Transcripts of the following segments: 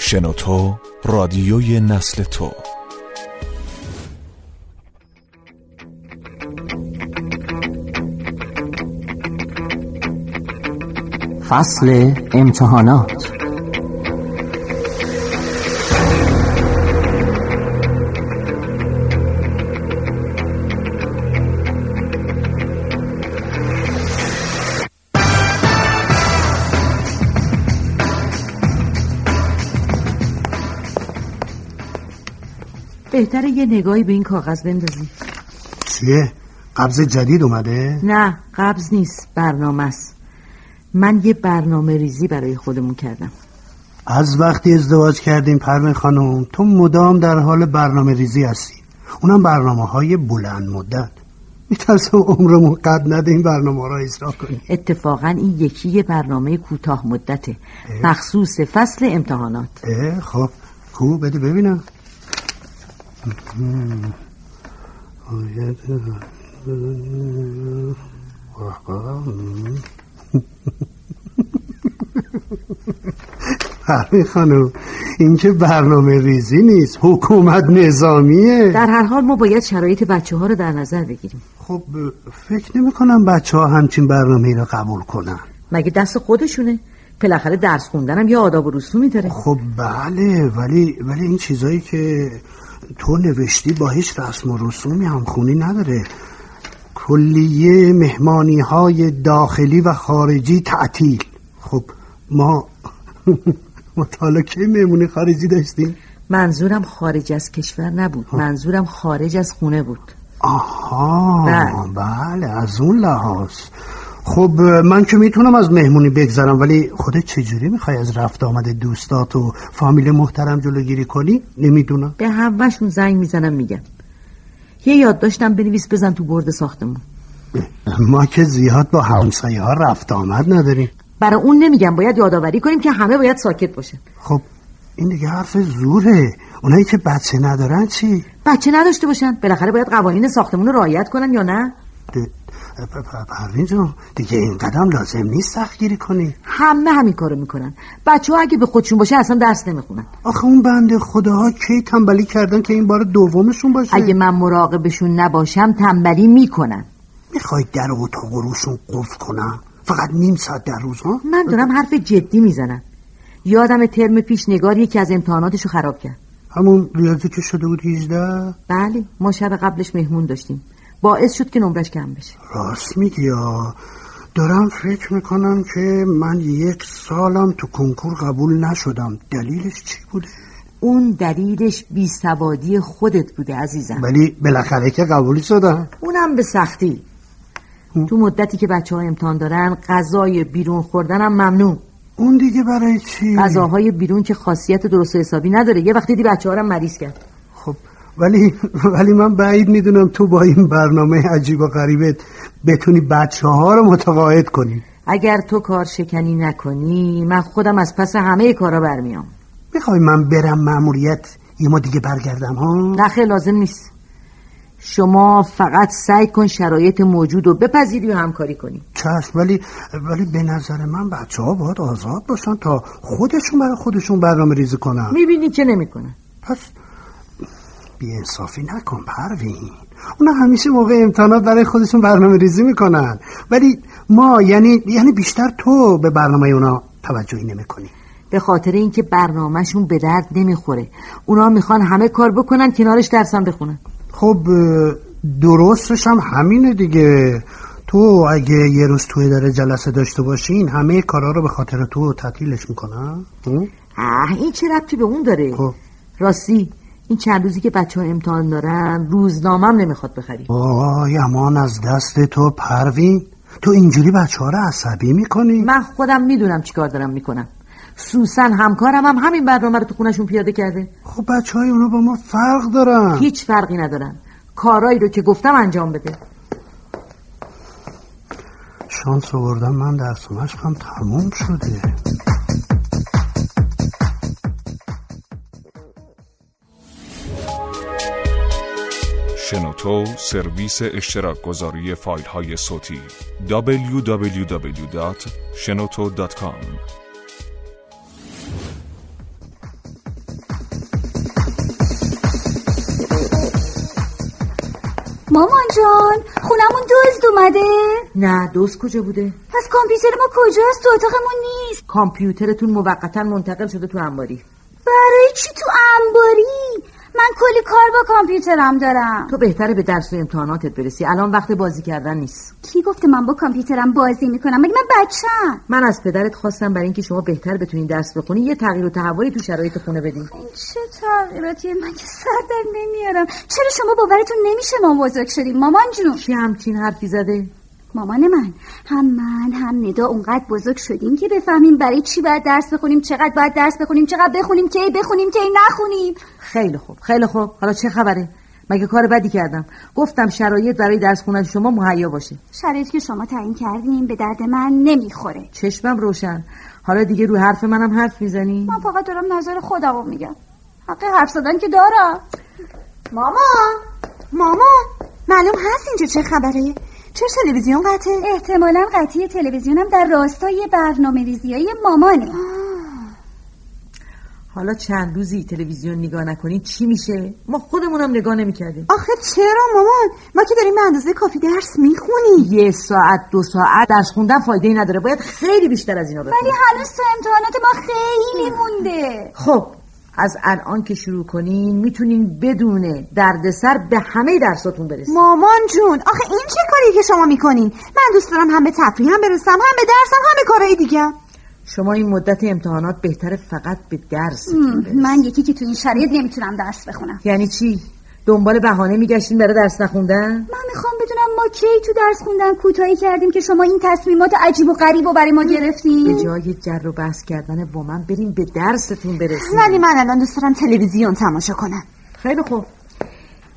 شنوتو رادیوی نسل تو فصل امتحانات بهتره یه نگاهی به این کاغذ بندازی چیه؟ قبض جدید اومده؟ نه قبض نیست برنامه است من یه برنامه ریزی برای خودمون کردم از وقتی ازدواج کردیم پروین خانم تو مدام در حال برنامه ریزی هستی اونم برنامه های بلند مدت میترسم عمرمون قد نده این برنامه را اجرا کنی اتفاقا این یکی یه برنامه کوتاه مدته مخصوص فصل امتحانات اه، خب کو بده ببینم پروین خانم این که برنامه ریزی نیست حکومت نظامیه در هر حال ما باید شرایط بچه ها رو در نظر بگیریم خب فکر نمی کنم بچه ها همچین برنامه رو قبول کنن مگه دست خودشونه بالاخره درس خوندنم یه آداب و رسومی داره خب بله ولی ولی این چیزایی که تو نوشتی با هیچ رسم و رسومی همخونی نداره کلیه مهمانی های داخلی و خارجی تعطیل خب ما ما تا حالا کی مهمونی خارجی داشتیم منظورم خارج از کشور نبود منظورم خارج از خونه بود آها بله. بله از اون لحاظ خب من که میتونم از مهمونی بگذرم ولی خودت چجوری میخوای از رفت آمد دوستات و فامیل محترم جلوگیری کنی نمیدونم به همهشون زنگ میزنم میگم یه یاد داشتم بنویس بزن تو برد ساختمون ما که زیاد با همسایه ها رفت آمد نداریم برای اون نمیگم باید یادآوری کنیم که همه باید ساکت باشن خب این دیگه حرف زوره اونایی که بچه ندارن چی؟ بچه نداشته باشن بالاخره باید قوانین ساختمون رو رعایت کنن یا نه د- پ- پ- پروین جون دیگه این قدم لازم نیست سختگیری کنی همه همین کارو میکنن بچه ها اگه به خودشون باشه اصلا درس نمیخونن آخه اون بنده خداها کی تنبلی کردن که این بار دومشون باشه اگه من مراقبشون نباشم تنبلی میکنن میخوای در اتاق و روشون قفل کنم فقط نیم ساعت در روز ها من دارم حرف جدی میزنم یادم ترم پیش نگار یکی از امتحاناتشو خراب کرد همون ریاضی که شده بود 18 بله ما شب قبلش مهمون داشتیم باعث شد که نمرش کم بشه راست میگی ها. دارم فکر میکنم که من یک سالم تو کنکور قبول نشدم دلیلش چی بوده؟ اون دلیلش بیسوادی خودت بوده عزیزم ولی بالاخره که قبول شدم اونم به سختی تو مدتی که بچه ها امتحان دارن غذای بیرون خوردنم ممنوع اون دیگه برای چی؟ غذاهای بیرون که خاصیت درست و حسابی نداره یه وقتی دی بچه ها رو هم مریض کرد خب ولی ولی من بعید میدونم تو با این برنامه عجیب و غریبت بتونی بچه ها رو متقاعد کنی اگر تو کار شکنی نکنی من خودم از پس همه کارا برمیام میخوای من برم ماموریت یه ما دیگه برگردم ها؟ نخه لازم نیست شما فقط سعی کن شرایط موجود رو بپذیری و همکاری کنی چشم ولی ولی به نظر من بچه ها باید آزاد باشن تا خودشون برای خودشون برنامه ریزی کنن میبینی که نمیکنن پس بیانصافی نکن پروین اونا همیشه موقع امتحانات برای خودشون برنامه ریزی میکنن ولی ما یعنی یعنی بیشتر تو به برنامه اونا توجهی نمیکنی به خاطر اینکه برنامهشون به درد نمیخوره اونا میخوان همه کار بکنن کنارش درسم بخونن خب اه، درستش هم همینه دیگه تو اگه یه روز توی داره جلسه داشته باشین همه کارا رو به خاطر تو تعطیلش میکنن اه این چه ربطی به اون داره خب. راستی این چند روزی که بچه ها امتحان دارن روزنامم نمیخواد بخری وای امان از دست تو پروین تو اینجوری بچه ها رو عصبی میکنی من خودم میدونم چیکار دارم میکنم سوسن همکارم هم همین برنامه رو تو خونشون پیاده کرده خب بچه های اونا با ما فرق دارن هیچ فرقی ندارن کارایی رو که گفتم انجام بده شانس آوردم من درس و مشقم تموم شده شنوتو سرویس اشتراک گذاری فایل های صوتی www.shenoto.com مامان جان خونمون دزد اومده نه دوست کجا بوده پس کامپیوتر ما کجاست تو اتاقمون نیست کامپیوترتون موقتا منتقل شده تو انباری برای چی تو انباری من کلی کار با کامپیوترم دارم تو بهتره به درس و امتحاناتت برسی الان وقت بازی کردن نیست کی گفته من با کامپیوترم بازی میکنم ولی من بچم من از پدرت خواستم برای اینکه شما بهتر بتونین درس بخونی یه تغییر و تحولی تو شرایط خونه بدی این چه تغییراتی من که سر در نمیارم چرا شما باورتون نمیشه ما بزرگ شدیم مامان جون کی همچین حرفی زده مامان من هم من هم ندا اونقدر بزرگ شدیم که بفهمیم برای چی باید درس بخونیم چقدر باید درس بخونیم چقدر بخونیم کی بخونیم کی نخونیم خیلی خوب خیلی خوب حالا چه خبره مگه کار بدی کردم گفتم شرایط برای درس خوندن شما مهیا باشه شرایطی که شما تعیین کردین به درد من نمیخوره چشمم روشن حالا دیگه رو حرف منم حرف میزنی من فقط دارم نظر خودمو میگم حق حرف زدن که دارم مامان مامان معلوم هست اینجا چه خبره چه تلویزیون قطعه احتمالا قطعی تلویزیونم در راستای برنامه ریزیای مامانه حالا چند روزی تلویزیون نگاه نکنی چی میشه ما خودمونم نگاه نمیکردیم آخه چرا مامان ما که داریم به اندازه کافی درس میخونی یه ساعت دو ساعت درس خوندن فایده ای نداره باید خیلی بیشتر از اینا بخونی ولی هنوز تا امتحانات ما خیلی مونده خب از الان که شروع کنین میتونین بدون دردسر به همه درساتون برسین مامان جون آخه این چه کاری که شما میکنین من دوست دارم هم به تفریح هم برسم هم به درسم هم به کارهای دیگه شما این مدت امتحانات بهتره فقط به درس من یکی که تو این شرایط نمیتونم درس بخونم یعنی چی دنبال بهانه میگشتین برای درس نخوندن من میخوام بدونم ما کی تو درس خوندن کوتاهی کردیم که شما این تصمیمات عجیب و غریب و برای ما به گرفتین جای جر و بحث کردن با من بریم به درستون برسین ولی من الان دوست دارم تلویزیون تماشا کنم خیلی خوب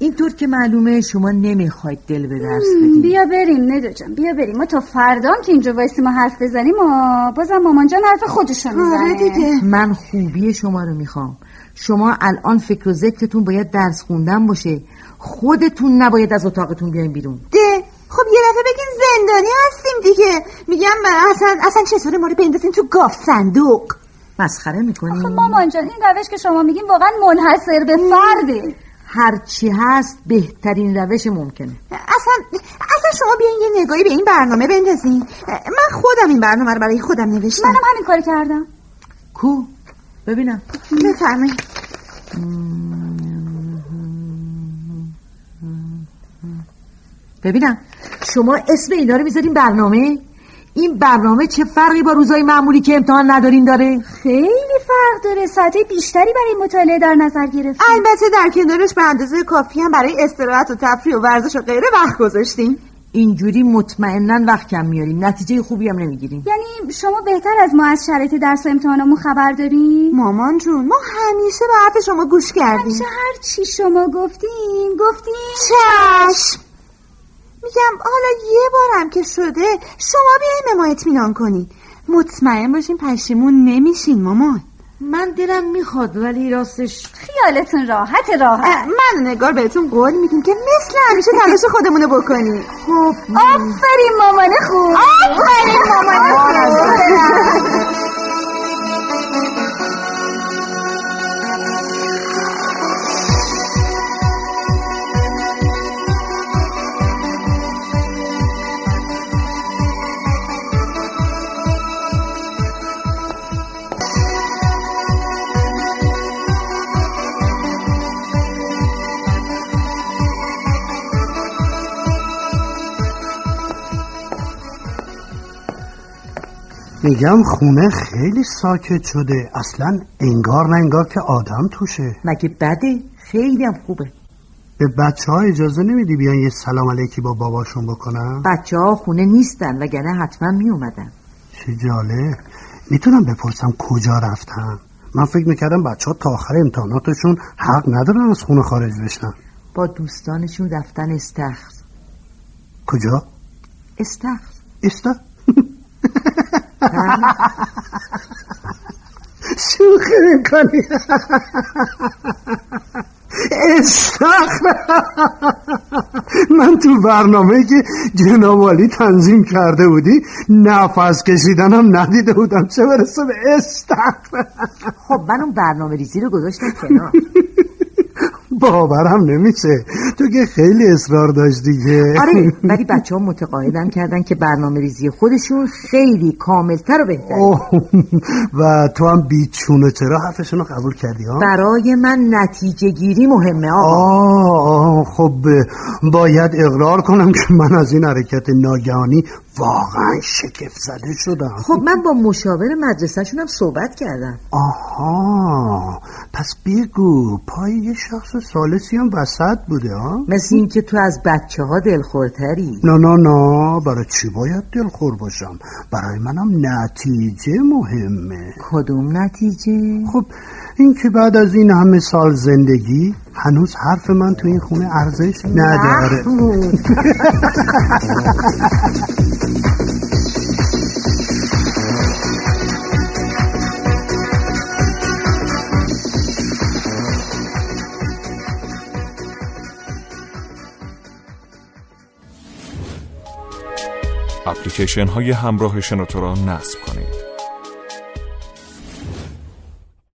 اینطور که معلومه شما نمیخواید دل به درس بدین بیا بریم ندا جان بیا بریم ما تا فردا هم که اینجا وایسی ما حرف بزنیم و بازم مامان جان حرف خودشو آره میزنه دیگه من خوبی شما رو میخوام شما الان فکر و ذکرتون باید درس خوندن باشه خودتون نباید از اتاقتون بیاین بیرون ده خب یه دفعه بگین زندانی هستیم دیگه میگم اصلا اصلا چطوره ما رو بندازین تو گاف صندوق مسخره میکنین خب مامان جان این روش که شما میگین واقعا منحصر به فرده هرچی هست بهترین روش ممکنه اصلا اصلا شما بیاین یه نگاهی به این برنامه بندازین من خودم این برنامه رو برای خودم نوشتم منم همین کار کردم کو ببینم بفرمایید ببینم شما اسم اینا رو میذارین برنامه این برنامه چه فرقی با روزای معمولی که امتحان ندارین داره خیلی فرق داره ساعتهای بیشتری برای مطالعه در نظر گرفت البته در کنارش به اندازه کافی هم برای استراحت و تفریح و ورزش و غیره وقت گذاشتیم اینجوری مطمئنا وقت کم میارین نتیجه خوبی هم نمیگیرین یعنی شما بهتر از ما از شرایط درس و امتحانامون خبر دارین مامان جون ما همیشه به حرف شما گوش همیشه کردیم هر چی شما گفتین گفتین چشم میگم حالا یه بارم که شده شما بیاین به ما اطمینان کنین مطمئن باشین پشیمون نمیشین مامان من دلم میخواد ولی راستش خیالتون راحت راحت اه، من و نگار بهتون قول میدیم که مثل همیشه تلاش خودمونو بکنیم خب آفرین مامان خوب آفرین مامان آره. میگم خونه خیلی ساکت شده اصلا انگار نه انگار که آدم توشه مگه بده خیلی هم خوبه به بچه ها اجازه نمیدی بیان یه سلام علیکی با باباشون بکنم بچه ها خونه نیستن وگرنه حتما میومدن چه جالب میتونم بپرسم کجا رفتم من فکر میکردم بچه ها تا آخر امتحاناتشون حق ندارن از خونه خارج بشن با دوستانشون رفتن استخر کجا؟ استخر استا؟ شوخی میکنی استخر من تو برنامه که جنابالی تنظیم کرده بودی نفس کشیدنم ندیده بودم چه برسه به استخر خب من اون برنامه ریزی رو گذاشتم کنار باورم نمیشه تو که خیلی اصرار داشتی که آره ولی بچه ها متقاعدم کردن که برنامه ریزی خودشون خیلی کاملتر و بهتر اوه، و تو هم بیچون و چرا حرفشون رو قبول کردی ها برای من نتیجه گیری مهمه آقا آه آه، خب باید اقرار کنم که من از این حرکت ناگهانی واقعا شگفت زده شدم خب من با مشاور مدرسهشونم صحبت کردم آها پس بگو پای یه شخص سالسی هم وسط بوده ها مثل اینکه تو از بچه ها دلخورتری نه نه نه برای چی باید دلخور باشم برای منم نتیجه مهمه کدوم نتیجه؟ خب این که بعد از این همه سال زندگی هنوز حرف من تو این خونه ارزش نداره محمود. اپلیکیشن های همراه شنوتو را نصب کنید